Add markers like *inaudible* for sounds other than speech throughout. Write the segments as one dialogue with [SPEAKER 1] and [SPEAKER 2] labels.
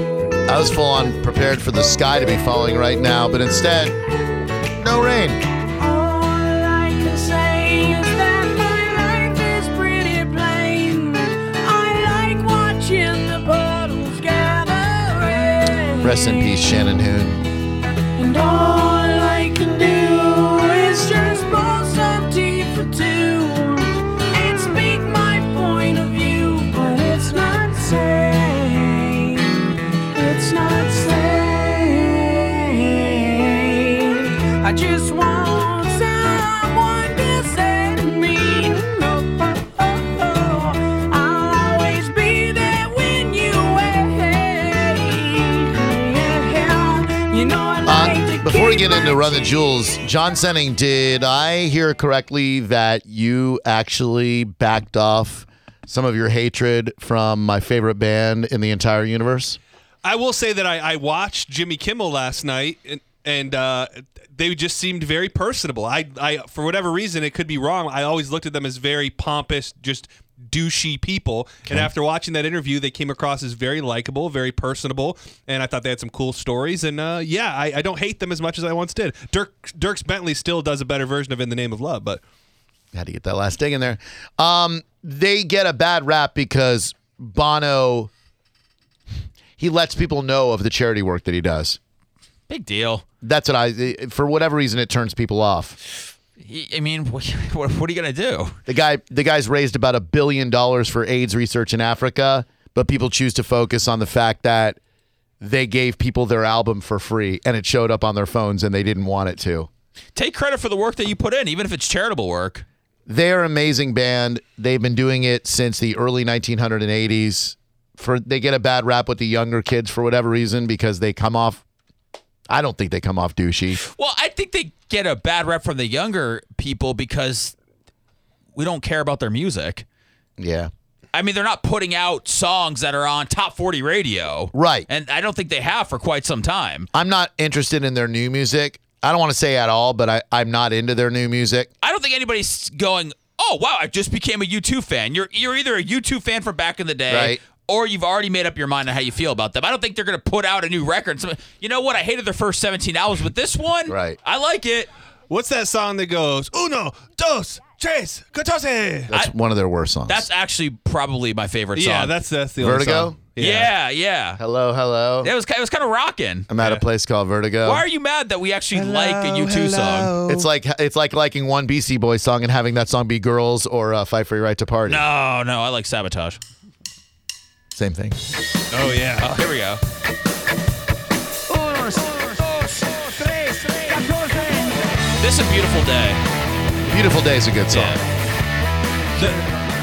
[SPEAKER 1] was full on prepared for the sky to be falling right now, but instead, no rain. Rest in peace, Shannon Hoon.
[SPEAKER 2] And all I can do is just pour some tea for two and speak my point of view, but it's not safe. It's not safe. I just want someone to say to me, no, oh, oh, oh, I'll always be there when you wait. You know I like
[SPEAKER 1] Uh,
[SPEAKER 2] to
[SPEAKER 1] before we
[SPEAKER 2] keep
[SPEAKER 1] get into
[SPEAKER 2] my
[SPEAKER 1] Run the
[SPEAKER 2] tea.
[SPEAKER 1] Jewels, John Senning, did I hear correctly that you actually backed off some of your hatred from my favorite band in the entire universe?
[SPEAKER 3] I will say that I, I watched Jimmy Kimmel last night, and, and uh, they just seemed very personable. I, I, for whatever reason, it could be wrong. I always looked at them as very pompous, just douchey people. And after watching that interview, they came across as very likable, very personable, and I thought they had some cool stories. And uh, yeah, I, I don't hate them as much as I once did. Dirk Dirks Bentley still does a better version of "In the Name of Love," but
[SPEAKER 1] Had to get that last dig in there. Um, they get a bad rap because Bono he lets people know of the charity work that he does.
[SPEAKER 4] Big deal.
[SPEAKER 1] That's what I. For whatever reason, it turns people off.
[SPEAKER 4] He- I mean, *laughs* what, what, what are you gonna do?
[SPEAKER 1] The guy, the guy's raised about a billion dollars for AIDS research in Africa, but people choose to focus on the fact that they gave people their album for free and it showed up on their phones and they didn't want it to.
[SPEAKER 4] Take credit for the work that you put in, even if it's charitable work.
[SPEAKER 1] They're an amazing band. They've been doing it since the early 1980s. For they get a bad rap with the younger kids for whatever reason because they come off. I don't think they come off douchey.
[SPEAKER 4] Well, I think they get a bad rep from the younger people because we don't care about their music.
[SPEAKER 1] Yeah,
[SPEAKER 4] I mean, they're not putting out songs that are on top 40 radio.
[SPEAKER 1] right.
[SPEAKER 4] And I don't think they have for quite some time.
[SPEAKER 1] I'm not interested in their new music. I don't want to say at all, but I, I'm not into their new music.
[SPEAKER 4] I don't think anybody's going, "Oh, wow, I just became a U2 fan." You're you're either a U2 fan from back in the day
[SPEAKER 1] Right.
[SPEAKER 4] or you've already made up your mind on how you feel about them. I don't think they're going to put out a new record. Some- you know what? I hated their first 17 albums, but this one,
[SPEAKER 1] Right.
[SPEAKER 4] I like it.
[SPEAKER 3] what's that song that goes "Uno, dos, tres, catorce"?
[SPEAKER 1] That's
[SPEAKER 4] I-
[SPEAKER 1] one of their worst songs.
[SPEAKER 4] That's actually probably my favorite song.
[SPEAKER 3] Yeah, that's that's the only
[SPEAKER 1] Vertigo?
[SPEAKER 3] song.
[SPEAKER 4] Yeah, yeah.
[SPEAKER 1] hello, hello.
[SPEAKER 4] It was ki- it was kind of rocking.
[SPEAKER 1] I'm at a place called Vertigo.
[SPEAKER 4] Why are you mad that we actually like a U2 song?
[SPEAKER 1] it's like it's like liking one BC Boy song and having that song be "Girls" or uh, "Fight for Your Right to Party."
[SPEAKER 4] No, no, I like Sabotage.
[SPEAKER 1] Same thing.
[SPEAKER 3] Oh yeah.
[SPEAKER 4] Oh, here we go. This is a beautiful day.
[SPEAKER 1] "Beautiful Day" is a good song.
[SPEAKER 4] Yeah.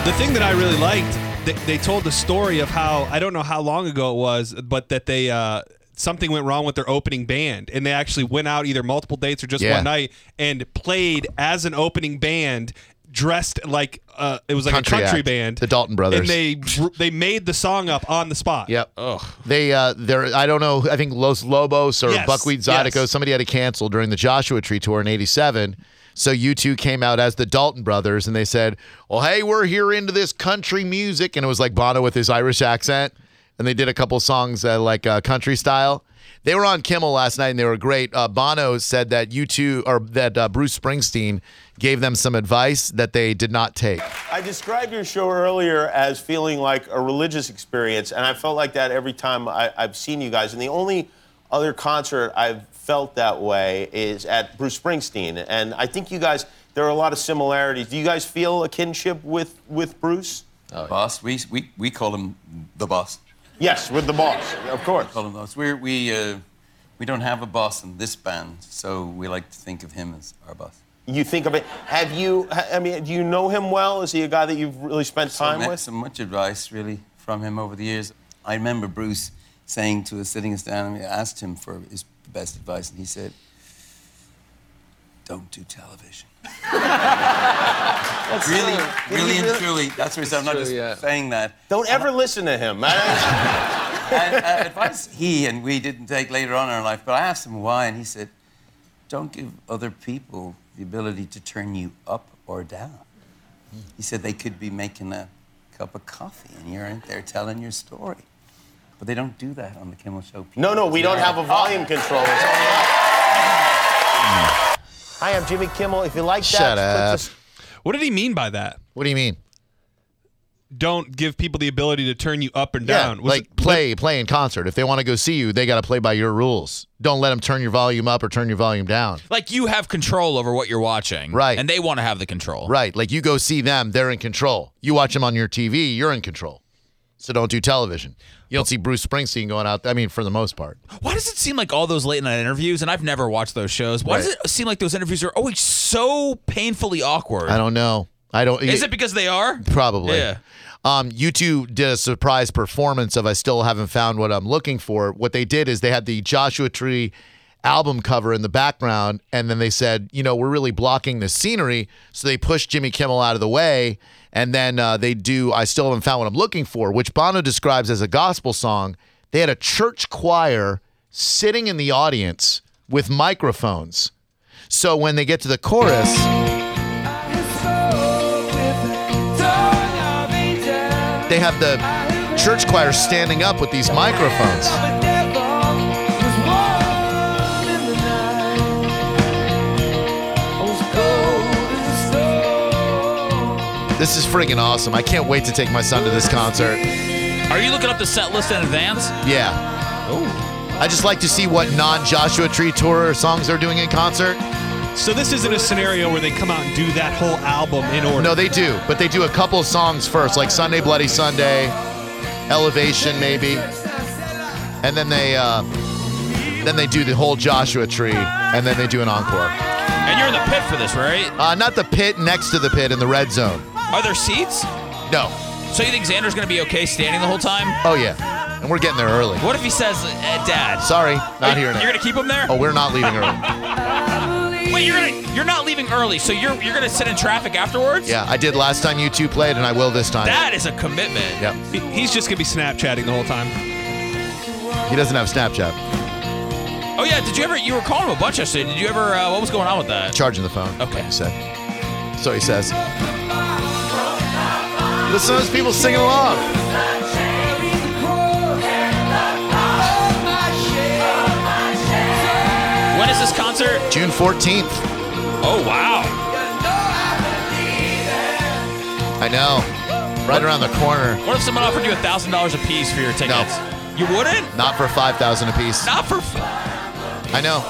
[SPEAKER 3] The, the thing that I really liked, they, they told the story of how I don't know how long ago it was, but that they uh, something went wrong with their opening band, and they actually went out either multiple dates or just
[SPEAKER 1] Yeah.
[SPEAKER 3] one night and played as an opening band, dressed like uh, it was like
[SPEAKER 1] Country
[SPEAKER 3] a country
[SPEAKER 1] act.
[SPEAKER 3] band,
[SPEAKER 1] The Dalton Brothers.
[SPEAKER 3] and they they made the song up on the spot.
[SPEAKER 1] Yep.
[SPEAKER 4] Ugh.
[SPEAKER 1] They uh, they're I don't know. I think Los Lobos or
[SPEAKER 3] Yes,
[SPEAKER 1] Buckwheat Zydeco.
[SPEAKER 3] yes.
[SPEAKER 1] Somebody had to cancel during the Joshua Tree tour in '87. So you two came out as the Dalton brothers, and they said, "Well, hey, we're here into this country music," and it was like Bono with his Irish accent, and they did a couple songs uh, like uh, country style. They were on Kimmel last night, and they were great. Uh, Bono said that you two or that uh, Bruce Springsteen gave them some advice that they did not take.
[SPEAKER 5] I described your show earlier as feeling like a religious experience, and I felt like that every time I, I've seen you guys. And the only other concert I've felt that way is at Bruce Springsteen. And I think you guys, there are a lot of similarities. Do you guys feel a kinship with, with Bruce?
[SPEAKER 6] boss. We, we, we call him the boss.
[SPEAKER 5] Yes, with the boss, of course.
[SPEAKER 6] Call him the boss. We're, we, uh, we don't have a boss in this band, so we like to think of him as our boss.
[SPEAKER 5] You think of it. Have you, I mean, do you know him well? Is he a guy that you've really spent
[SPEAKER 6] I
[SPEAKER 5] time
[SPEAKER 6] met
[SPEAKER 5] with?
[SPEAKER 6] so much advice, really, from him over the years. I remember Bruce saying to us, sitting us down, and we asked him for his best advice, and he said, don't do *laughs* television. really,
[SPEAKER 5] Did
[SPEAKER 6] really
[SPEAKER 5] he
[SPEAKER 6] and truly, that's what he said. I'm not just saying that.
[SPEAKER 5] Don't ever listen to him. I-
[SPEAKER 6] and, uh, advice he and we didn't take later on in our life, but I asked him why, and he said, Don't give other people the ability to turn you up or down. He said they could be making a cup of coffee, and you're out there telling your story. But they don't do that on the Kimmel Show.
[SPEAKER 5] No, no, we don't have a volume control. It's only up. Hi, I'm Jimmy Kimmel. If you like
[SPEAKER 1] Shut
[SPEAKER 5] that,
[SPEAKER 1] up.
[SPEAKER 5] click
[SPEAKER 3] What did he mean by that?
[SPEAKER 1] What do you mean?
[SPEAKER 3] Don't give people the ability to turn you up and down.
[SPEAKER 1] Yeah,
[SPEAKER 3] Was
[SPEAKER 1] like
[SPEAKER 3] it-
[SPEAKER 1] play, play in concert. If they want to go see you, they got to play by your rules. Don't let them turn your volume up or turn your volume down.
[SPEAKER 4] Like you have control over what you're watching,
[SPEAKER 1] Right.
[SPEAKER 4] And they want to have the control,
[SPEAKER 1] Right. Like you go see them, they're in control. You watch them on your TV, you're in control. So don't do television. You don't see Bruce Springsteen going out. I mean, for the most part.
[SPEAKER 4] Why does it seem like all those late night interviews? And I've never watched those shows. Why does
[SPEAKER 1] Right.
[SPEAKER 4] it seem like those interviews are always so painfully awkward?
[SPEAKER 1] I don't know. I don't. e
[SPEAKER 4] Is it because they are?
[SPEAKER 1] Probably.
[SPEAKER 4] Yeah.
[SPEAKER 1] Um, you two did a surprise performance of I Still Haven't Found What I'm Looking For. What they did is they had the Joshua Tree album cover in the background, and then they said, you know, we're really blocking the scenery. So they pushed Jimmy Kimmel out of the way, and then uh, they do I Still Haven't Found What I'm Looking For, which Bono describes as a gospel song. They had a church choir sitting in the audience with microphones. So when they get to the chorus, they have the church choir standing up with these microphones. This is friggin' awesome. I can't wait to take my son to this concert.
[SPEAKER 4] Are you looking up the set list in advance?
[SPEAKER 1] Yeah. I just like to see what non Joshua Tree Tour songs they're doing in concert.
[SPEAKER 3] So this isn't a scenario where they come out and do that whole album in order.
[SPEAKER 1] No, they do, but they do a couple of songs first, like Sunday Bloody Sunday, Elevation maybe, and then they uh, then they do the whole Joshua Tree, and then they do an encore.
[SPEAKER 4] And you're in the pit for this, right?
[SPEAKER 1] Uh, not the pit next to the pit in the red zone.
[SPEAKER 4] Are there seats?
[SPEAKER 1] No.
[SPEAKER 4] So you think Xander's going to be okay standing the whole time?
[SPEAKER 1] Oh yeah, and we're getting there early.
[SPEAKER 4] What if he says, eh, "Dad,
[SPEAKER 1] Sorry, not hearing
[SPEAKER 4] You're
[SPEAKER 1] it.
[SPEAKER 4] going to keep him there?
[SPEAKER 1] Oh, we're not leaving early.
[SPEAKER 4] Wait, you're gonna you're not leaving early, so you're you're gonna sit in traffic afterwards?
[SPEAKER 1] Yeah, I did last time you two played, and I will this time.
[SPEAKER 4] That is a commitment.
[SPEAKER 1] Yep.
[SPEAKER 3] He- He's just gonna be Snapchatting the whole time.
[SPEAKER 1] He doesn't have Snapchat.
[SPEAKER 4] Oh yeah. Did you ever? You were calling him a bunch yesterday. Did you ever? Uh, what was going on with that?
[SPEAKER 1] Charging the phone.
[SPEAKER 4] Okay.
[SPEAKER 1] Like he said. So he says. Listen to those people singing along.
[SPEAKER 4] When is this concert?
[SPEAKER 1] June 14th.
[SPEAKER 4] Oh wow.
[SPEAKER 1] I know. Right around the corner.
[SPEAKER 4] What if someone offered you a thousand dollars a piece for your tickets? You wouldn't?
[SPEAKER 1] Not for 5000 apiece.
[SPEAKER 4] Not for. F-
[SPEAKER 1] I know.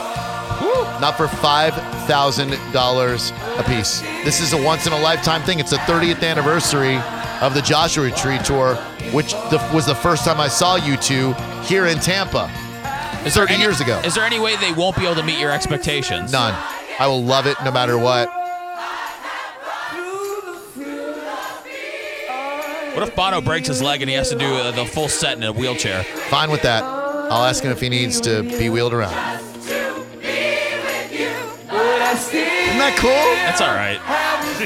[SPEAKER 1] Not for $5,000 apiece. This is a once in a lifetime thing. It's the 30th anniversary of the Joshua Tree Tour, which the, was the first time I saw you two here in Tampa.
[SPEAKER 4] is
[SPEAKER 1] 30
[SPEAKER 4] any-
[SPEAKER 1] years ago.
[SPEAKER 4] Is there any way they won't be able to meet your expectations?
[SPEAKER 1] None. I will love it no matter what.
[SPEAKER 4] What if Bono breaks his leg and he has to do uh, the full set in a wheelchair?
[SPEAKER 1] Fine with that. I'll ask him if he needs to be wheeled around. Isn't that cool?
[SPEAKER 4] That's all right. *laughs*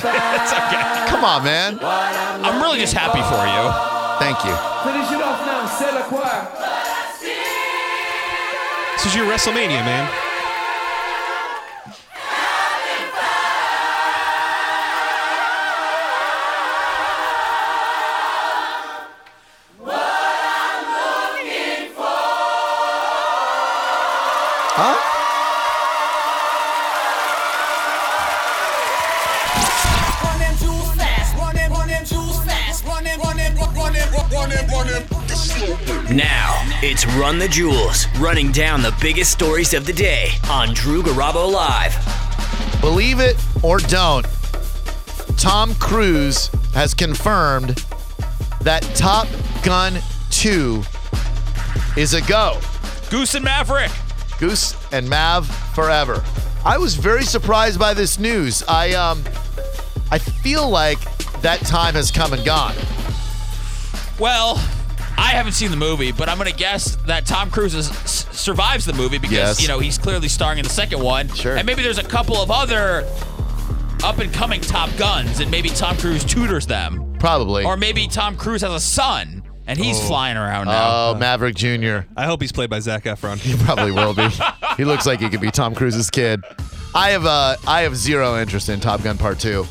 [SPEAKER 4] That's okay.
[SPEAKER 1] Come on, man.
[SPEAKER 4] I'm really just happy for
[SPEAKER 1] Thank you.
[SPEAKER 2] Finish it off now, say the choir.
[SPEAKER 3] This is your WrestleMania, man.
[SPEAKER 7] Run them jewels fast. Run them, run them jewels fast. Run them, run them, run them, run them, run them.
[SPEAKER 8] Now, it's Run the Jewels, running down the biggest stories of the day on Drew Garabo Live.
[SPEAKER 1] Believe it or don't, Tom Cruise has confirmed that Top Gun 2 is a go.
[SPEAKER 4] you. Goose and Maverick.
[SPEAKER 1] Goose and Mav forever. I was very surprised by this news. I um I feel like that time has come and gone.
[SPEAKER 4] Well, I haven't seen the movie, but I'm going to guess that Tom Cruise is, s- survives the movie because
[SPEAKER 1] Yes.
[SPEAKER 4] you know he's clearly starring in the second one.
[SPEAKER 1] Sure.
[SPEAKER 4] And maybe there's a couple of other up and coming Top Guns, and maybe Tom Cruise tutors them,
[SPEAKER 1] Probably.
[SPEAKER 4] or maybe Tom Cruise has a son and he's flying around now.
[SPEAKER 1] Oh, Maverick Jr.
[SPEAKER 3] I hope he's played by Zach Efron.
[SPEAKER 1] He probably will be. he looks like he could be Tom Cruise's kid. I have uh, I have zero interest in Top Gun Part Two.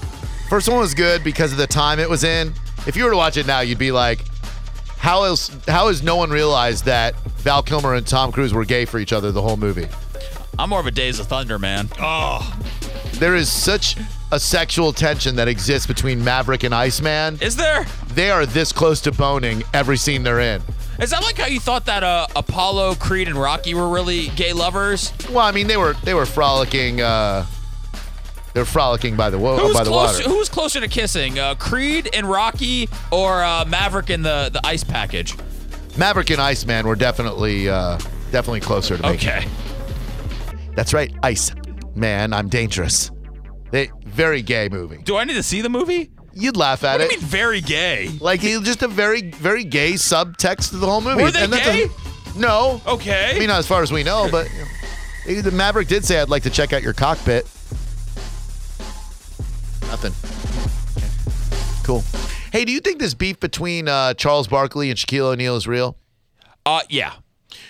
[SPEAKER 1] First one was good because of the time it was in. If you were to watch it now, you'd be like, How else? How has no one realized that Val Kilmer and Tom Cruise were gay for each other the whole movie?
[SPEAKER 4] I'm more of a Days of Thunder man.
[SPEAKER 1] There is such a sexual tension that exists between Maverick and Iceman.
[SPEAKER 4] Is there?
[SPEAKER 1] They are this close to boning every scene they're in.
[SPEAKER 4] Is that like how you thought that uh, Apollo, Creed, and Rocky were really gay lovers?
[SPEAKER 1] Well, I mean, they were they were frolicking. Uh, they're frolicking by the wo-
[SPEAKER 4] Who's
[SPEAKER 1] by the
[SPEAKER 4] close,
[SPEAKER 1] water.
[SPEAKER 4] who's closer to kissing, uh, Creed and Rocky, or uh, Maverick and the the ice package?
[SPEAKER 1] Maverick and Iceman were definitely uh, definitely closer to me.
[SPEAKER 4] Okay.
[SPEAKER 1] That's right, Ice Man. I'm dangerous. They, very gay movie.
[SPEAKER 4] Do I need to see the movie?
[SPEAKER 1] You'd laugh at
[SPEAKER 4] I
[SPEAKER 1] it.
[SPEAKER 4] mean, very gay.
[SPEAKER 1] Like he just a very very gay subtext to the whole movie.
[SPEAKER 4] Were they
[SPEAKER 1] that's
[SPEAKER 4] gay?
[SPEAKER 1] A, no.
[SPEAKER 4] Okay.
[SPEAKER 1] I mean, not as far as we know, but you know, the Maverick did say, "I'd like to check out your cockpit." Nothing. Cool. Hey, do you think this beef between uh, Charles Barkley and Shaquille O'Neal is real?
[SPEAKER 4] uh, yeah.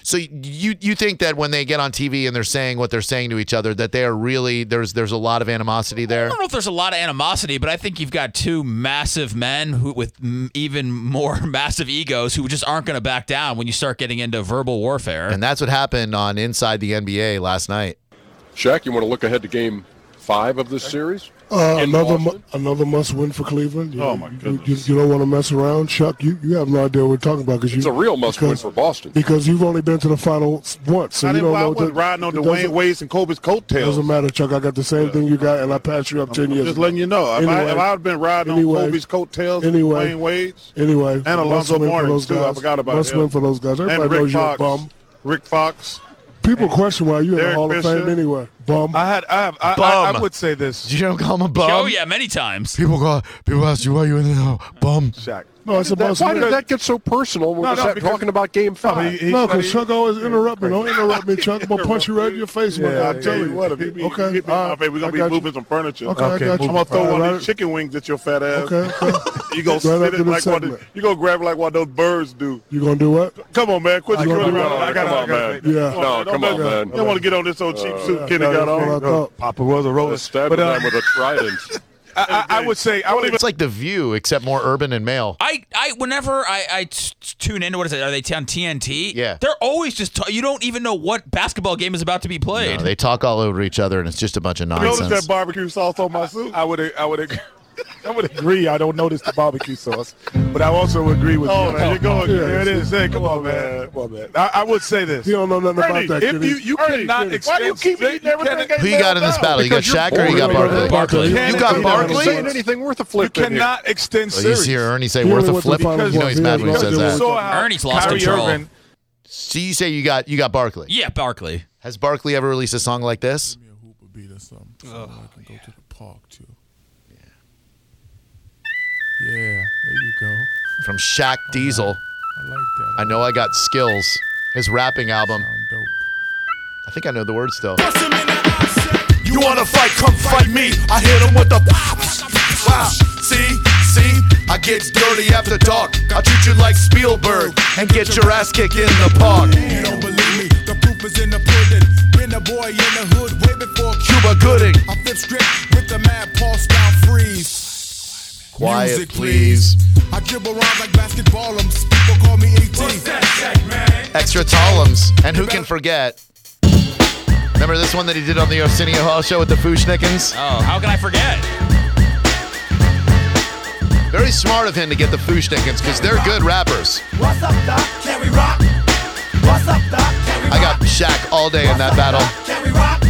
[SPEAKER 1] So you you think that when they get on TV and they're saying what they're saying to each other, that they are really there's there's a lot of animosity there.
[SPEAKER 4] I don't know if there's a lot of animosity, but I think you've got two massive men who, with m- even more *laughs* massive egos who just aren't going to back down when you start getting into verbal warfare.
[SPEAKER 1] And that's what happened on Inside the NBA last night. *laughs*
[SPEAKER 9] Shaq, you want to look ahead to game five of this series?
[SPEAKER 10] Uh,
[SPEAKER 9] In
[SPEAKER 10] another mu-
[SPEAKER 9] Boston?
[SPEAKER 10] another must win for Cleveland. You,
[SPEAKER 9] Oh, my
[SPEAKER 10] you-
[SPEAKER 9] goodness.
[SPEAKER 10] You, you don't want to mess around, Chuck. You you have no idea what we're talking about because
[SPEAKER 9] It's a real must win for Boston.
[SPEAKER 10] because you've only been to the finals once, so
[SPEAKER 9] I
[SPEAKER 10] you
[SPEAKER 9] didn't-
[SPEAKER 10] don't
[SPEAKER 9] I
[SPEAKER 10] know.
[SPEAKER 9] wasn't riding on
[SPEAKER 10] it
[SPEAKER 9] Dwayne
[SPEAKER 10] doesn't-
[SPEAKER 9] Wade's and Kobe's coattails.
[SPEAKER 10] Doesn't matter, Chuck. I got the same thing you got, and I passed you up ten years.
[SPEAKER 9] Just letting you know. If, I,
[SPEAKER 10] Anyway.
[SPEAKER 9] if I had been riding
[SPEAKER 10] Anyway.
[SPEAKER 9] on Kobe's coattails
[SPEAKER 10] Anyway.
[SPEAKER 9] and Dwayne Wade's
[SPEAKER 10] Anyway,
[SPEAKER 9] and Alonzo Mourning,
[SPEAKER 10] those
[SPEAKER 9] too,
[SPEAKER 10] guys.
[SPEAKER 9] I forgot about
[SPEAKER 10] must
[SPEAKER 9] him.
[SPEAKER 10] win for those guys. Everybody
[SPEAKER 9] and Rick
[SPEAKER 10] knows
[SPEAKER 9] Fox.
[SPEAKER 10] you're a bum.
[SPEAKER 9] Rick Fox.
[SPEAKER 10] People question why you're in the
[SPEAKER 9] Derek
[SPEAKER 10] Hall of Fame
[SPEAKER 9] Fisher.
[SPEAKER 10] anyway. Bum.
[SPEAKER 9] I had. I, have, I,
[SPEAKER 1] Bum.
[SPEAKER 9] I, I would say this.
[SPEAKER 1] Did you don't call him a bum?
[SPEAKER 4] *laughs* oh, yeah, many times.
[SPEAKER 1] People call, people ask you why you in the bum.
[SPEAKER 9] Shaq.
[SPEAKER 10] No, it's a
[SPEAKER 9] That-
[SPEAKER 10] must
[SPEAKER 9] why
[SPEAKER 10] win.
[SPEAKER 9] did that get so personal when
[SPEAKER 10] No,
[SPEAKER 9] we
[SPEAKER 10] no,
[SPEAKER 9] start
[SPEAKER 10] because-
[SPEAKER 9] talking about game five?
[SPEAKER 10] No, 'cause no, because Chuck always interrupt me. Don't interrupt me,
[SPEAKER 9] *laughs*
[SPEAKER 10] Chuck. I'm gonna punch you right in your face. my guy.
[SPEAKER 9] Yeah,
[SPEAKER 10] I'm telling you what.
[SPEAKER 9] Hit me,
[SPEAKER 10] Okay,
[SPEAKER 9] hit me.
[SPEAKER 10] all right,
[SPEAKER 9] Oh, baby, we're
[SPEAKER 10] I
[SPEAKER 9] gonna be
[SPEAKER 10] got you.
[SPEAKER 9] moving some furniture.
[SPEAKER 10] Okay, I Okay, got you.
[SPEAKER 9] I'm gonna throw
[SPEAKER 10] All
[SPEAKER 9] one of
[SPEAKER 10] right.
[SPEAKER 9] these chicken wings at your fat ass.
[SPEAKER 10] Okay, okay.
[SPEAKER 9] *laughs* you gonna
[SPEAKER 10] Right
[SPEAKER 9] spit
[SPEAKER 10] after
[SPEAKER 9] it
[SPEAKER 10] this
[SPEAKER 9] like one. Of,
[SPEAKER 10] segment.
[SPEAKER 9] you gonna grab it like one of those birds do.
[SPEAKER 10] You gonna do what?
[SPEAKER 9] Come on, man, quit
[SPEAKER 10] I
[SPEAKER 9] your
[SPEAKER 10] gotta
[SPEAKER 9] around.
[SPEAKER 10] do it.
[SPEAKER 9] I gotta, I gotta,
[SPEAKER 10] man. Yeah. No,
[SPEAKER 9] come on, man. Don't want to get on this old cheap suit Kenny
[SPEAKER 10] yeah,
[SPEAKER 9] got
[SPEAKER 10] that's what I
[SPEAKER 9] on.
[SPEAKER 10] thought.
[SPEAKER 9] Papa was a uh, roller. Stabbing them with a trident. *laughs* I, I, I would say I would even
[SPEAKER 1] It's like The View, except more urban and male.
[SPEAKER 4] I, I whenever I, I t- t- tune into what is it? Are they on TNT?
[SPEAKER 1] Yeah.
[SPEAKER 4] They're always just ta- you don't even know what basketball game is about to be played.
[SPEAKER 1] No, they talk all over each other, and it's just a bunch of
[SPEAKER 9] notice
[SPEAKER 1] nonsense.
[SPEAKER 9] that barbecue sauce on my suit. I would I would *laughs* I would agree. I don't notice the barbecue sauce, but I also agree with oh, you. Man, you're going.
[SPEAKER 10] Yeah.
[SPEAKER 9] there it is. Hey, come on, man. Come on, man. I, I would say this.
[SPEAKER 10] You don't know nothing
[SPEAKER 9] Ernie,
[SPEAKER 10] about that.
[SPEAKER 9] if
[SPEAKER 10] Kenny.
[SPEAKER 9] you you
[SPEAKER 10] Ernie,
[SPEAKER 9] cannot
[SPEAKER 10] Kenny.
[SPEAKER 9] expect you keep eating everything.
[SPEAKER 1] Who you got in this battle? You got Shaq or you got Barkley?
[SPEAKER 4] Barkley.
[SPEAKER 1] You got Barkley?
[SPEAKER 9] anything worth a flip. You cannot extend
[SPEAKER 1] Oh, you
[SPEAKER 9] series.
[SPEAKER 1] see Ernie say
[SPEAKER 10] He
[SPEAKER 1] worth
[SPEAKER 10] only
[SPEAKER 1] a
[SPEAKER 10] went to
[SPEAKER 1] flip.
[SPEAKER 10] the finals
[SPEAKER 1] You know
[SPEAKER 10] once.
[SPEAKER 1] he's mad
[SPEAKER 10] He
[SPEAKER 1] when he
[SPEAKER 10] only
[SPEAKER 1] says
[SPEAKER 10] went
[SPEAKER 1] that.
[SPEAKER 10] to the-
[SPEAKER 9] saw how
[SPEAKER 4] Ernie's lost
[SPEAKER 9] Uh, Kyrie
[SPEAKER 4] control.
[SPEAKER 9] Irving-
[SPEAKER 1] So you say you got you got Barkley.
[SPEAKER 4] Yeah, Barkley.
[SPEAKER 1] Has Barkley ever released a song like this?
[SPEAKER 10] a Hooper beat or something, so I can go to the park too. Yeah. there you go.
[SPEAKER 1] From Shaq Diesel.
[SPEAKER 10] Oh, I like that.
[SPEAKER 1] I know I got skills. His rapping album.
[SPEAKER 10] I'm dope.
[SPEAKER 1] I think I know the words still.
[SPEAKER 11] You wanna fight, come fight me. I hit him with the pops. Wow, see, see, I get dirty after dark. I treat you like Spielberg and get your ass kicked in the park. You don't believe me, the proof is in the pudding. Been a boy in the hood way before Cuba Gooding. I flip strip with the mad Paul style freeze.
[SPEAKER 1] Quiet,
[SPEAKER 11] Music,
[SPEAKER 1] please.
[SPEAKER 11] I dribble around like basketballums. People call me E ET.
[SPEAKER 1] Extra Tallums. And who can forget? Remember this one that he did on the Arsenio Hall show with the Fushnikins?
[SPEAKER 4] Oh, how can I forget?
[SPEAKER 1] Very smart of him to get the Fushnikins because they're good rappers.
[SPEAKER 11] What's up, Doc? Can we rock? What's up, Doc? Can we
[SPEAKER 1] I got Shaq all day in that battle.
[SPEAKER 11] Can we rock?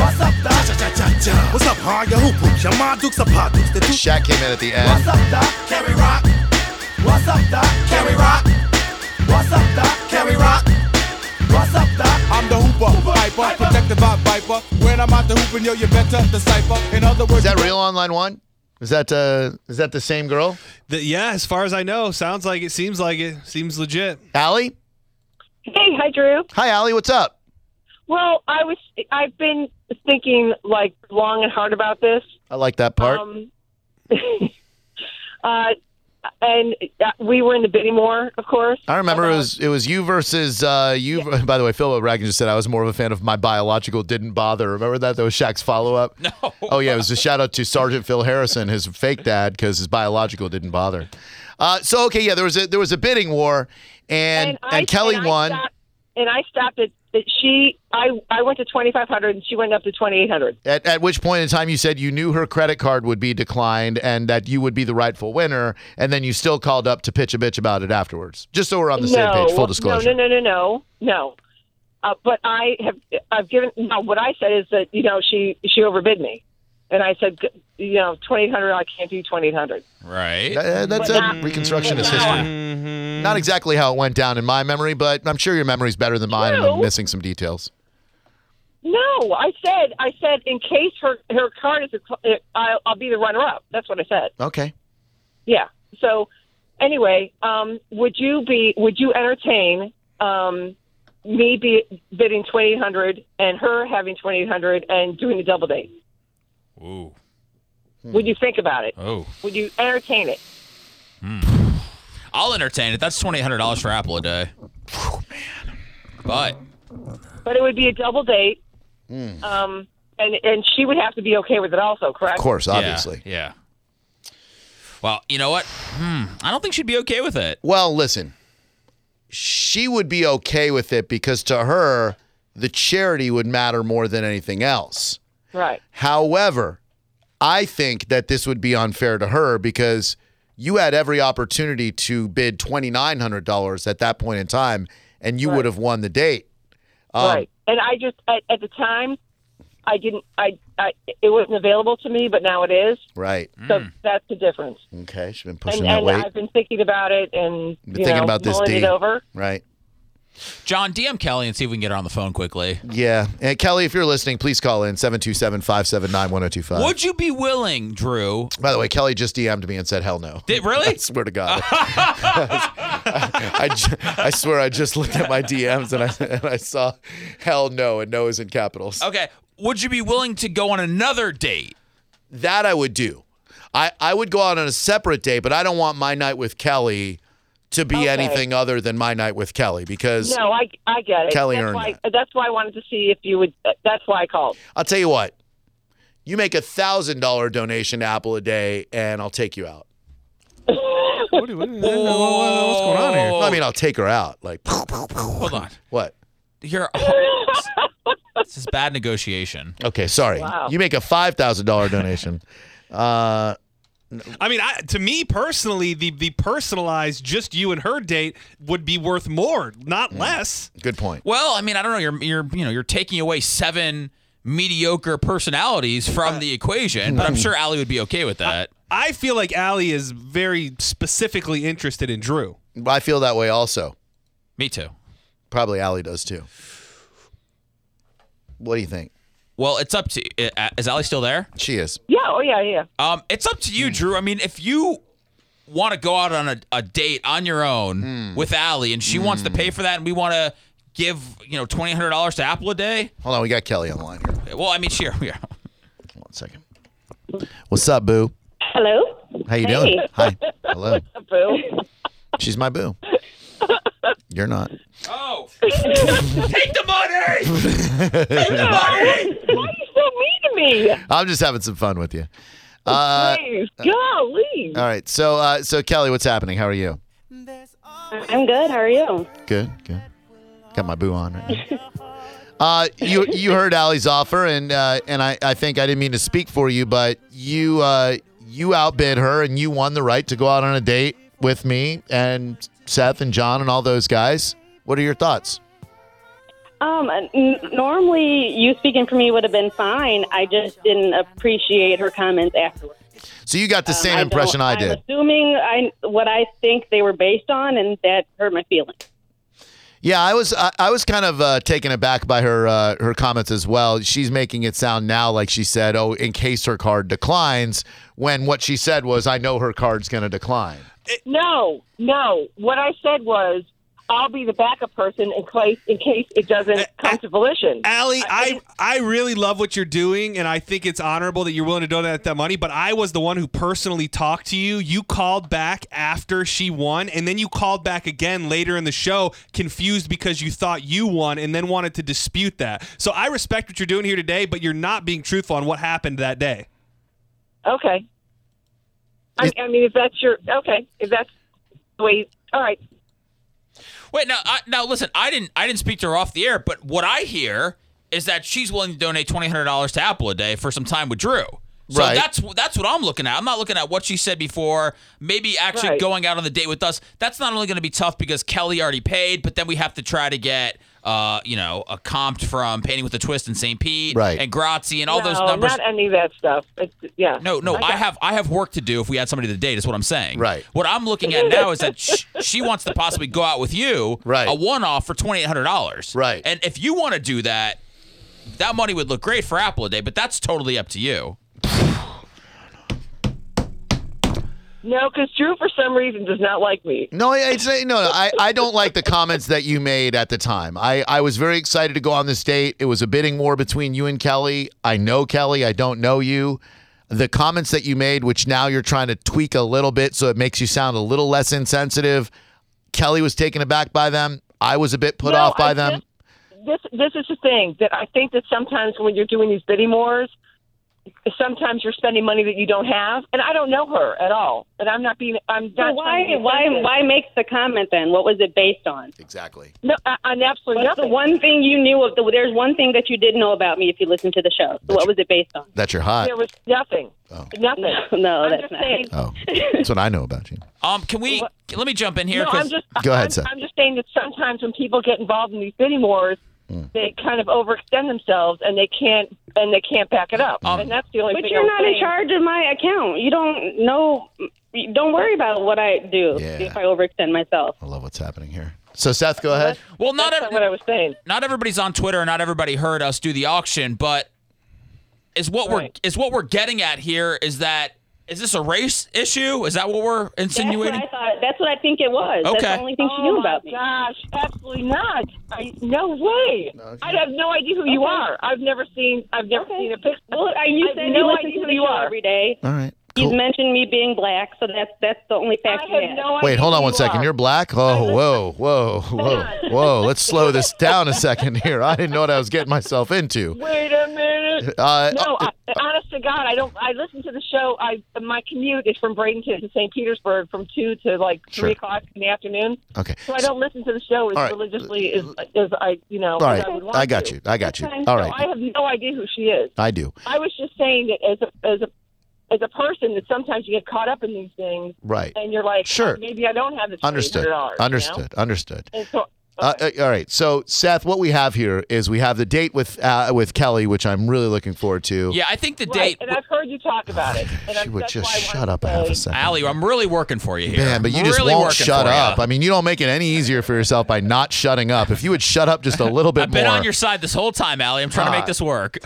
[SPEAKER 11] What's up, Doc? What's up, huh? Your hoop hoops, your ma dukes, a pop dukes, the two.
[SPEAKER 1] Shaq came in at the
[SPEAKER 11] What's
[SPEAKER 1] end.
[SPEAKER 11] up, Doc? Can we rock? What's up, Doc? Can we rock? What's up, Doc? Can we rock? What's up, Doc? I'm the hooper, piper, protective vibe viper. When I'm out the hooping, yo, you better decipher. In other
[SPEAKER 1] Is
[SPEAKER 11] words,
[SPEAKER 1] that real online one? Is that uh is that the same girl?
[SPEAKER 3] The- yeah, as far as I know, sounds like it, seems like it, seems legit.
[SPEAKER 1] Allie?
[SPEAKER 12] Hey, hi, Drew.
[SPEAKER 1] Hi Allie, what's up?
[SPEAKER 12] Well, I was I've been thinking like long and hard about this.
[SPEAKER 1] I like that part.
[SPEAKER 12] Um, uh, and uh, we were in the bidding war, of course.
[SPEAKER 1] I remember it was it was you versus uh, you. *laughs* By the way, Phil Ragan just said I was more of a fan of my biological didn't bother. Remember that? That was Shaq's follow
[SPEAKER 12] *laughs*
[SPEAKER 1] up. No. Oh yeah, it was a shout out to Sergeant Phil Harrison, his fake dad, because his biological didn't bother. Uh, so okay, yeah, there was a there was a bidding war, and and,
[SPEAKER 12] I-
[SPEAKER 1] Kelly
[SPEAKER 12] and I
[SPEAKER 1] won.
[SPEAKER 12] stopped- and I stopped at, at she. I I went to twenty five hundred, and she went up to twenty eight hundred.
[SPEAKER 1] At, at which point in time you said you knew her credit card would be declined and that you would be the rightful winner, and then you still called up to pitch a bitch about it afterwards. Just so we're on the same
[SPEAKER 12] no,
[SPEAKER 1] page, full disclosure.
[SPEAKER 12] No, no, no, no, no, no. Uh, but I have I've given no, what I said is that you know she she overbid me, and I said "G- you know twenty eight hundred I can't do twenty eight hundred.
[SPEAKER 4] Right.
[SPEAKER 1] uh, that's Mm-hmm.
[SPEAKER 12] But
[SPEAKER 1] a
[SPEAKER 12] not-
[SPEAKER 1] reconstructionist
[SPEAKER 12] but
[SPEAKER 1] history.
[SPEAKER 12] not-
[SPEAKER 1] Not exactly how it went down in my memory, but I'm sure your memory's better than mine, and I'm
[SPEAKER 12] No.
[SPEAKER 1] missing some details.
[SPEAKER 12] No, I said I said in case her her card is i I'll, I'll be the runner up. That's what I said.
[SPEAKER 1] Okay.
[SPEAKER 12] Yeah. So anyway, um, would you be would you entertain um, me be bidding twenty eight hundred and her having twenty eight hundred and doing the double date?
[SPEAKER 4] Ooh.
[SPEAKER 12] Would you think about it?
[SPEAKER 4] Oh.
[SPEAKER 12] Would you entertain it?
[SPEAKER 4] I'll entertain it. That's twenty eight hundred dollars for Apple a day. But
[SPEAKER 12] But it would be a double date,
[SPEAKER 4] Mm.
[SPEAKER 12] um, and and she would have to be okay with it also, correct?
[SPEAKER 4] Yeah, Yeah. Well, you know what? Hmm. I don't think she'd be okay with it.
[SPEAKER 1] Well, listen, she would be okay with it because to her, the charity would matter more than anything else.
[SPEAKER 12] Right.
[SPEAKER 1] However, I think that this would be unfair to her because you had every opportunity to bid $2,900 at that point in time, and you would have won the date. Um,
[SPEAKER 12] right. And I just at, at the time, I didn't. I, I it wasn't available to me, but now it is.
[SPEAKER 1] Right.
[SPEAKER 12] So that's the difference.
[SPEAKER 1] Okay. She's been pushing
[SPEAKER 12] and
[SPEAKER 1] that
[SPEAKER 12] and
[SPEAKER 1] weight.
[SPEAKER 12] I've been thinking about it and
[SPEAKER 1] Been
[SPEAKER 12] you
[SPEAKER 1] thinking
[SPEAKER 12] know,
[SPEAKER 1] about this
[SPEAKER 12] mulling
[SPEAKER 1] date.
[SPEAKER 12] it over.
[SPEAKER 1] Right.
[SPEAKER 4] John, DM Kelly and see if we can get her on the phone quickly.
[SPEAKER 1] Yeah. And Kelly, if you're listening, please call in 727 579 1025.
[SPEAKER 4] Would you be willing, Drew?
[SPEAKER 1] By the way, Kelly just DM'd me and said, hell no.
[SPEAKER 4] Did really?
[SPEAKER 1] I swear to
[SPEAKER 12] *laughs*
[SPEAKER 1] God. I, ju- I swear I just looked at my DMs and I, and I saw hell no, and no is in capitals.
[SPEAKER 4] Okay. Would you be willing to go on another date?
[SPEAKER 1] That I would do. I, I would go out on a separate date, but I don't want my night with Kelly to be
[SPEAKER 12] Okay.
[SPEAKER 1] anything other than my night with Kelly because
[SPEAKER 12] No, I I get it.
[SPEAKER 1] Kelly
[SPEAKER 12] that's
[SPEAKER 1] earned
[SPEAKER 12] why, That's why I wanted to see if you would. That's why I called.
[SPEAKER 1] I'll tell you what, you make a $1,000 donation to Apple a day, and I'll take you out.
[SPEAKER 4] What's going on here?
[SPEAKER 1] I mean, I'll take her out. Like, *laughs*
[SPEAKER 4] Hold on.
[SPEAKER 1] what?
[SPEAKER 4] You're. *laughs* this is bad negotiation.
[SPEAKER 1] Okay, sorry.
[SPEAKER 4] Wow.
[SPEAKER 1] You make a five thousand dollar donation. *laughs* uh,
[SPEAKER 3] I mean, I, to me personally, the the personalized just you and her date would be worth more, not
[SPEAKER 4] Mm.
[SPEAKER 3] less.
[SPEAKER 1] good point.
[SPEAKER 4] Well, I mean, I don't know. You're you're you know you're taking away seven mediocre personalities from the equation, but I'm sure Allie would be okay with that.
[SPEAKER 3] I feel like Allie is very specifically interested in Drew.
[SPEAKER 1] I feel that way also.
[SPEAKER 4] Me too.
[SPEAKER 1] Probably Allie does too. What do you think?
[SPEAKER 4] Well, it's up to. uh, Is Allie still there?
[SPEAKER 1] She is.
[SPEAKER 12] Yeah. Oh yeah. Yeah.
[SPEAKER 4] Um, it's up to you, Drew. I mean, if you want to go out on a, a date on your own with Allie and she wants to pay for that, and we want to give you know twenty hundred dollars to Apple a day.
[SPEAKER 1] Hold on, we got Kelly on the line here.
[SPEAKER 4] Well, I mean, sure, *laughs* yeah.
[SPEAKER 1] One second. What's up, Boo?
[SPEAKER 12] Hello.
[SPEAKER 1] How you
[SPEAKER 12] Hey.
[SPEAKER 1] doing? Hi. Hello.
[SPEAKER 12] Boo.
[SPEAKER 13] *laughs*
[SPEAKER 1] She's my boo. You're not.
[SPEAKER 4] Oh, take the money.
[SPEAKER 12] Why are you so mean to me?
[SPEAKER 1] I'm just having some fun with you. Uh,
[SPEAKER 12] Please, golly.
[SPEAKER 1] all right. So, uh, so Kelly, what's happening? How are you?
[SPEAKER 13] I'm good. How are you?
[SPEAKER 1] Good. Good. Got my boo on right now. Uh, you you heard Allie's offer, and uh, and I, I think I didn't mean to speak for you, but you uh, you outbid her, and you won the right to go out on a date with me and Seth and John and all those guys. What are your thoughts?
[SPEAKER 13] Um, n- normally, you speaking for me would have been fine. I just didn't appreciate her comments afterwards.
[SPEAKER 1] So you got the same
[SPEAKER 13] Um, I don't-
[SPEAKER 1] impression I
[SPEAKER 13] I'm
[SPEAKER 1] did.
[SPEAKER 13] Assuming I what I think they were based on, and that hurt my feelings.
[SPEAKER 1] Yeah, I was I, I was kind of uh, taken aback by her uh, her comments as well. She's making it sound now like she said, "Oh, in case her card declines," when what she said was, "I know her card's going to decline."
[SPEAKER 12] No, no. What I said was, I'll be the backup person in case in case it doesn't come to volition.
[SPEAKER 3] Allie, I, I really love what you're doing, and I think it's honorable that you're willing to donate that money. But I was the one who personally talked to you. You called back after she won, and then you called back again later in the show, confused because you thought you won, and then wanted to dispute that. So I respect what you're doing here today, but you're not being truthful on what happened that day.
[SPEAKER 12] Okay. I, I mean, if that's your okay, if that's wait, all right.
[SPEAKER 4] Wait, now, I, now listen. I didn't, I didn't speak to her off the air, but what I hear is that she's willing to donate twenty hundred dollars to Apple a day for some time with Drew. So
[SPEAKER 1] Right.
[SPEAKER 4] that's that's what I'm looking at. I'm not looking at what she said before. Maybe actually
[SPEAKER 1] Right.
[SPEAKER 4] going out on the date with us. That's not only going to be tough because Kelly already paid, but then we have to try to get, uh, you know, a comp from Painting with a Twist and St. Pete,
[SPEAKER 1] Right.
[SPEAKER 4] and Grazie and all
[SPEAKER 12] no,
[SPEAKER 4] those numbers.
[SPEAKER 12] not any of that stuff. It's, yeah.
[SPEAKER 4] No, no, I have I have work to do if we had somebody to date. Is what I'm saying. Right. What I'm looking at now is that sh- she wants to possibly go out with you, right? A one off for twenty eight hundred dollars, right? And if you want to do that, that money would look great for Apple a day, but that's totally up to you.
[SPEAKER 12] No, because Drew, for some reason, does not like me.
[SPEAKER 1] No, I, I say no. no, I, I don't like the comments that you made at the time. I, I was very excited to go on this date. It was a bidding war between you and Kelly. I know Kelly. I don't know you. The comments that you made, which now you're trying to tweak a little bit so it makes you sound a little less insensitive. Kelly was taken aback by them. I was a bit put
[SPEAKER 12] No,
[SPEAKER 1] off by
[SPEAKER 12] I
[SPEAKER 1] them.
[SPEAKER 12] just- this this is the thing that I think that sometimes when you're doing these bidding wars, sometimes you're spending money that you don't have, and I don't know her at all, and I'm not being I'm
[SPEAKER 13] So
[SPEAKER 12] not.
[SPEAKER 13] why why why make the comment then? What was it based on?
[SPEAKER 1] Exactly.
[SPEAKER 12] No, I, I'm absolutely
[SPEAKER 13] What's
[SPEAKER 12] nothing.
[SPEAKER 13] the one thing you knew of? The, there's one thing that you did know about me if you listened to the show. So what was it based on?
[SPEAKER 1] That you're hot.
[SPEAKER 12] There was nothing. Nothing.
[SPEAKER 13] *laughs* No, no,
[SPEAKER 12] I'm
[SPEAKER 13] that's
[SPEAKER 12] just
[SPEAKER 13] not.
[SPEAKER 12] saying-
[SPEAKER 1] Oh, that's what I know about you.
[SPEAKER 4] Um, can we? Let me jump in here.
[SPEAKER 12] No,
[SPEAKER 4] 'cause-
[SPEAKER 12] I'm just
[SPEAKER 1] Go ahead,
[SPEAKER 12] I'm,
[SPEAKER 1] Seth.
[SPEAKER 12] I'm just saying that sometimes when people get involved in these bidding wars,
[SPEAKER 1] Hmm.
[SPEAKER 12] they kind of overextend themselves and they can't and they can't back it up,
[SPEAKER 1] Hmm.
[SPEAKER 12] and that's the only.
[SPEAKER 13] But
[SPEAKER 12] thing
[SPEAKER 13] you're
[SPEAKER 12] I'm
[SPEAKER 13] not in
[SPEAKER 12] saying.
[SPEAKER 13] charge of my account. You don't know. you Don't worry about what I do if I overextend myself.
[SPEAKER 1] I love what's happening here. So Seth, go ahead.
[SPEAKER 4] Well, not ev-
[SPEAKER 12] what I was saying.
[SPEAKER 4] Not everybody's on Twitter, and not everybody heard us do the auction, but is what we're is what we're getting at here is that is this a race issue? Is that what we're insinuating?
[SPEAKER 13] That's what I thought. That's what I think it was. That's
[SPEAKER 4] Okay.
[SPEAKER 13] the only thing she
[SPEAKER 12] Oh
[SPEAKER 13] knew
[SPEAKER 12] my
[SPEAKER 13] about me.
[SPEAKER 12] Gosh, absolutely not. I, no way. I have no idea who you
[SPEAKER 13] Okay.
[SPEAKER 12] are. I've never seen. I've never seen a picture.
[SPEAKER 13] Well, uh, you
[SPEAKER 12] I have
[SPEAKER 13] said
[SPEAKER 12] no
[SPEAKER 13] you
[SPEAKER 12] idea
[SPEAKER 13] listen to
[SPEAKER 12] who
[SPEAKER 13] the
[SPEAKER 12] you
[SPEAKER 13] show
[SPEAKER 12] are.
[SPEAKER 13] every day.
[SPEAKER 1] All right.
[SPEAKER 13] You've mentioned me being black, so that's that's the only fact
[SPEAKER 12] I
[SPEAKER 13] you
[SPEAKER 12] have
[SPEAKER 13] had.
[SPEAKER 12] no
[SPEAKER 1] Wait, hold on one second. You're black? Oh, whoa, whoa, whoa, whoa. Let's slow this down a second here. I didn't know what I was getting myself
[SPEAKER 12] *laughs*
[SPEAKER 1] into.
[SPEAKER 12] Wait a minute.
[SPEAKER 1] Uh,
[SPEAKER 12] no, I, honest to God, I don't. I listen to the show. I my commute is from Bradenton to St. Petersburg from two to like
[SPEAKER 1] Sure.
[SPEAKER 12] three o'clock in the afternoon.
[SPEAKER 1] Okay.
[SPEAKER 12] So I don't listen to the show as
[SPEAKER 1] All right.
[SPEAKER 12] religiously as, as I, you know.
[SPEAKER 1] All right.
[SPEAKER 12] As I, would want
[SPEAKER 1] I got
[SPEAKER 12] to.
[SPEAKER 1] you. I got you.
[SPEAKER 12] Okay.
[SPEAKER 1] All
[SPEAKER 12] So
[SPEAKER 1] right.
[SPEAKER 12] I have no idea who she is.
[SPEAKER 1] I do.
[SPEAKER 12] I was just saying that as a as a as a person that sometimes you get caught up in these things,
[SPEAKER 1] Right.
[SPEAKER 12] And you're like, "Oh,
[SPEAKER 1] Sure.
[SPEAKER 12] maybe I don't have the
[SPEAKER 1] Understood.
[SPEAKER 12] $200,
[SPEAKER 1] Understood. Understood.
[SPEAKER 12] You know? And so
[SPEAKER 1] Uh, uh, all right. So, Seth, what we have here is we have the date with uh, with Kelly, which I'm really looking forward to.
[SPEAKER 4] Yeah, I think the date.
[SPEAKER 12] right, and I've heard you talk about it. And
[SPEAKER 1] Oh, She
[SPEAKER 12] I'm,
[SPEAKER 1] would
[SPEAKER 12] that's
[SPEAKER 1] just
[SPEAKER 12] why I
[SPEAKER 1] shut
[SPEAKER 12] wanted
[SPEAKER 1] up
[SPEAKER 12] to
[SPEAKER 1] a half a
[SPEAKER 12] say-
[SPEAKER 1] second.
[SPEAKER 4] Allie, I'm really working for you here.
[SPEAKER 1] Man, but you just
[SPEAKER 4] Really
[SPEAKER 1] won't
[SPEAKER 4] working
[SPEAKER 1] shut
[SPEAKER 4] for ya.
[SPEAKER 1] up. I mean, you don't make it any easier for yourself by not shutting up. If you would shut up just a little bit
[SPEAKER 4] *laughs* I've been
[SPEAKER 1] more.
[SPEAKER 4] on your side this whole time, Allie. I'm trying to make
[SPEAKER 1] God.
[SPEAKER 4] this work.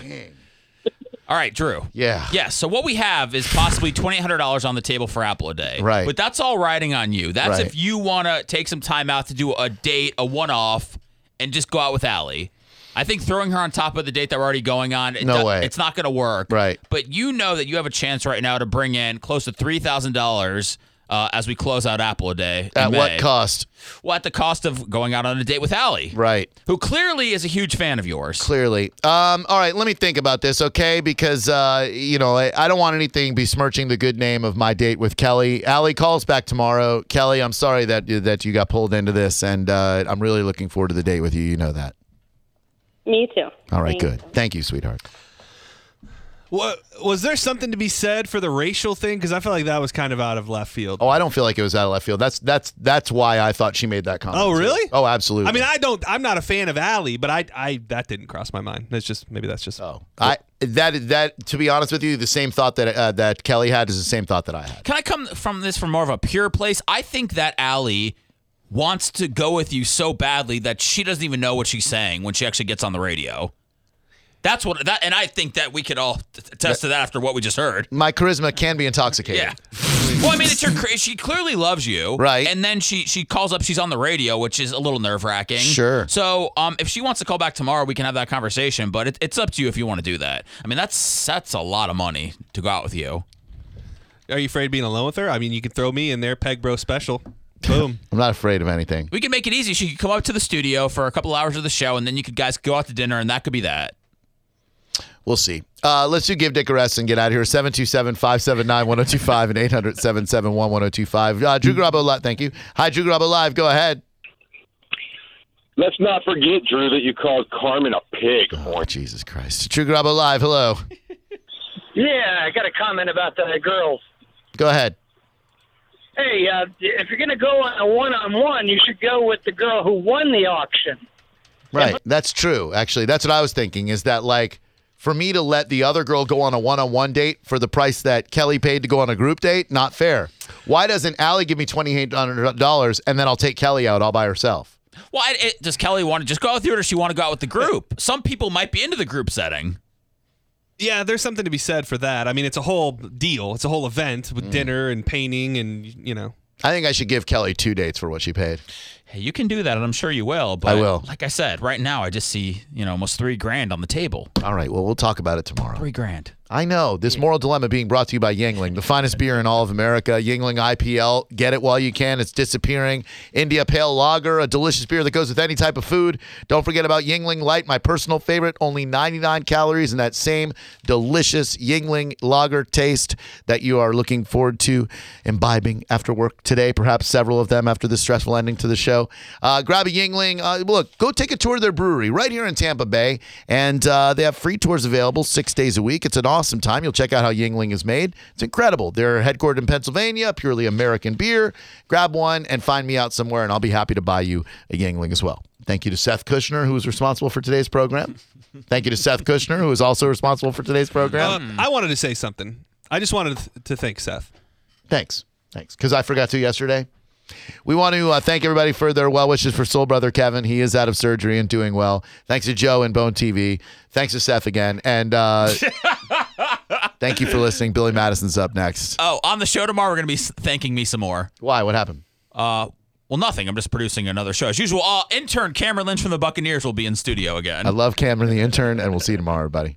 [SPEAKER 4] All right, Drew.
[SPEAKER 1] Yeah.
[SPEAKER 4] Yes. So what we have is possibly twenty eight hundred dollars on the table for Apple a day.
[SPEAKER 1] Right.
[SPEAKER 4] But that's all riding on you. That's
[SPEAKER 1] Right.
[SPEAKER 4] if you want to take some time out to do a date, a one off, and just go out with Allie. I think throwing her on top of the date that we're already going on, it
[SPEAKER 1] No
[SPEAKER 4] do-
[SPEAKER 1] way.
[SPEAKER 4] it's not going to work.
[SPEAKER 1] Right.
[SPEAKER 4] But you know that you have a chance right now to bring in close to three thousand dollars. Uh, as we close out Apple a day. in
[SPEAKER 1] At what
[SPEAKER 4] May.
[SPEAKER 1] cost?
[SPEAKER 4] Well, at the cost of going out on a date with Allie,
[SPEAKER 1] Right.
[SPEAKER 4] who clearly is a huge fan of yours.
[SPEAKER 1] Clearly. Um, all right, let me think about this, okay? Because, uh, you know, I, I don't want anything besmirching the good name of my date with Kelly. Allie calls back tomorrow. Kelly, I'm sorry that that you got pulled into this, and uh, I'm really looking forward to the date with you. You know that.
[SPEAKER 13] Me too.
[SPEAKER 1] All right, good. Thank you, sweetheart.
[SPEAKER 3] What, was there something to be said for the racial thing? Because I feel like that was kind of out of left field.
[SPEAKER 1] Oh, I don't feel like it was out of left field. That's that's that's why I thought she made that comment.
[SPEAKER 3] Oh,
[SPEAKER 1] too.
[SPEAKER 3] really?
[SPEAKER 1] Oh, absolutely.
[SPEAKER 3] I mean, I don't. I'm not a fan of Allie, but I, I that didn't cross my mind. That's just maybe that's just.
[SPEAKER 1] Oh, I that that to be honest with you, the same thought that uh, that Kelly had is the same thought that I had.
[SPEAKER 4] Can I come from this from more of a pure place? I think that Allie wants to go with you so badly that she doesn't even know what she's saying when she actually gets on the radio. That's what that, and I think that we could all t- attest to that after what we just heard.
[SPEAKER 1] My charisma can be intoxicating.
[SPEAKER 4] Yeah. Well, I mean, it's her. cra- She clearly loves you, right? And then she she calls up. She's on the radio, which is a little nerve wracking.
[SPEAKER 1] Sure.
[SPEAKER 4] So, um, if she wants to call back tomorrow, we can have that conversation. But it, it's up to you if you want to do that. I mean, that's that's a lot of money to go out with you.
[SPEAKER 3] Are you afraid of being alone with her? I mean, you can throw me in there, peg bro special. Boom.
[SPEAKER 1] I'm not afraid of anything.
[SPEAKER 4] We can make it easy. She could come up to the studio for a couple hours of the show, and then you could guys go out to dinner, and that could be that.
[SPEAKER 1] We'll see. Uh, let's do give Dick a rest and get out of here. 727 579 1025 and 800 771 1025. Uh, Drew Garabo Live. Thank you. Hi, Drew Garabo Live. Go ahead.
[SPEAKER 14] Let's not forget, Drew, that you called Carmen a pig.
[SPEAKER 1] Oh, Jesus Christ. Drew Garabo Live. Hello.
[SPEAKER 15] Yeah, I got a comment about the girls.
[SPEAKER 1] Go ahead.
[SPEAKER 15] Hey, uh, if you're going to go on a one-on-one, you should go with the girl who won the auction.
[SPEAKER 1] Right. That's true. Actually, that's what I was thinking is that, like, for me to let the other girl go on a one on one date for the price that Kelly paid to go on a group date, not fair. Why doesn't Allie give me $2,800 and then I'll take Kelly out all by herself?
[SPEAKER 4] Well, I, it, does Kelly want to just go out with you, or does she want to go out with
[SPEAKER 1] *laughs*
[SPEAKER 4] the group? Some people might be into the group setting.
[SPEAKER 3] Yeah, there's something to be said for that. I mean, it's a whole deal. It's a whole event with dinner and painting and you know.
[SPEAKER 1] I think I should give Kelly two dates for what she paid.
[SPEAKER 4] Hey, you can do that, and I'm sure you will. But
[SPEAKER 1] I will.
[SPEAKER 4] Like I said, right now I just see you know almost three grand on the table.
[SPEAKER 1] All right. Well, we'll talk about it tomorrow.
[SPEAKER 4] Three grand.
[SPEAKER 1] I know. This moral dilemma being brought to you by Yingling, the finest beer in all of America. Yingling IPL. Get it while you can. It's disappearing. India Pale Lager, a delicious beer that goes with any type of food. Don't forget about Yingling Light, my personal favorite. Only 99 calories and that same delicious Yingling Lager taste that you are looking forward to imbibing after work today. Perhaps several of them after this stressful ending to the show. Uh, grab a Yingling. Uh, look, go take a tour of their brewery right here in Tampa Bay. And uh, they have free tours available six days a week. It's an awesome time. You'll check out how Yingling is made. It's incredible. They're headquartered in Pennsylvania, purely American beer. Grab one and find me out somewhere, and I'll be happy to buy you a Yingling as well. Thank you to Seth Kushner, who was responsible for today's program. Thank you to Seth Kushner, who is also responsible for today's
[SPEAKER 3] Uh,
[SPEAKER 1] program.
[SPEAKER 3] I wanted to say something. I just wanted to- to thank Seth.
[SPEAKER 1] Thanks. Thanks. Because I forgot to yesterday. We want to uh, thank everybody for their well wishes for Soul Brother Kevin. He is out of surgery and doing well. Thanks to Joe and Bone TV. Thanks to Seth again. And uh, thank you for listening. Billy Madison's up next.
[SPEAKER 4] Oh, on the show tomorrow we're gonna be s- thanking me some more.
[SPEAKER 1] Why? What happened?
[SPEAKER 4] Uh, well, nothing. I'm just producing another show as usual. Uh, intern Cameron Lynch from the Buccaneers will be in studio again.
[SPEAKER 1] I love Cameron the intern, and we'll see you tomorrow, everybody.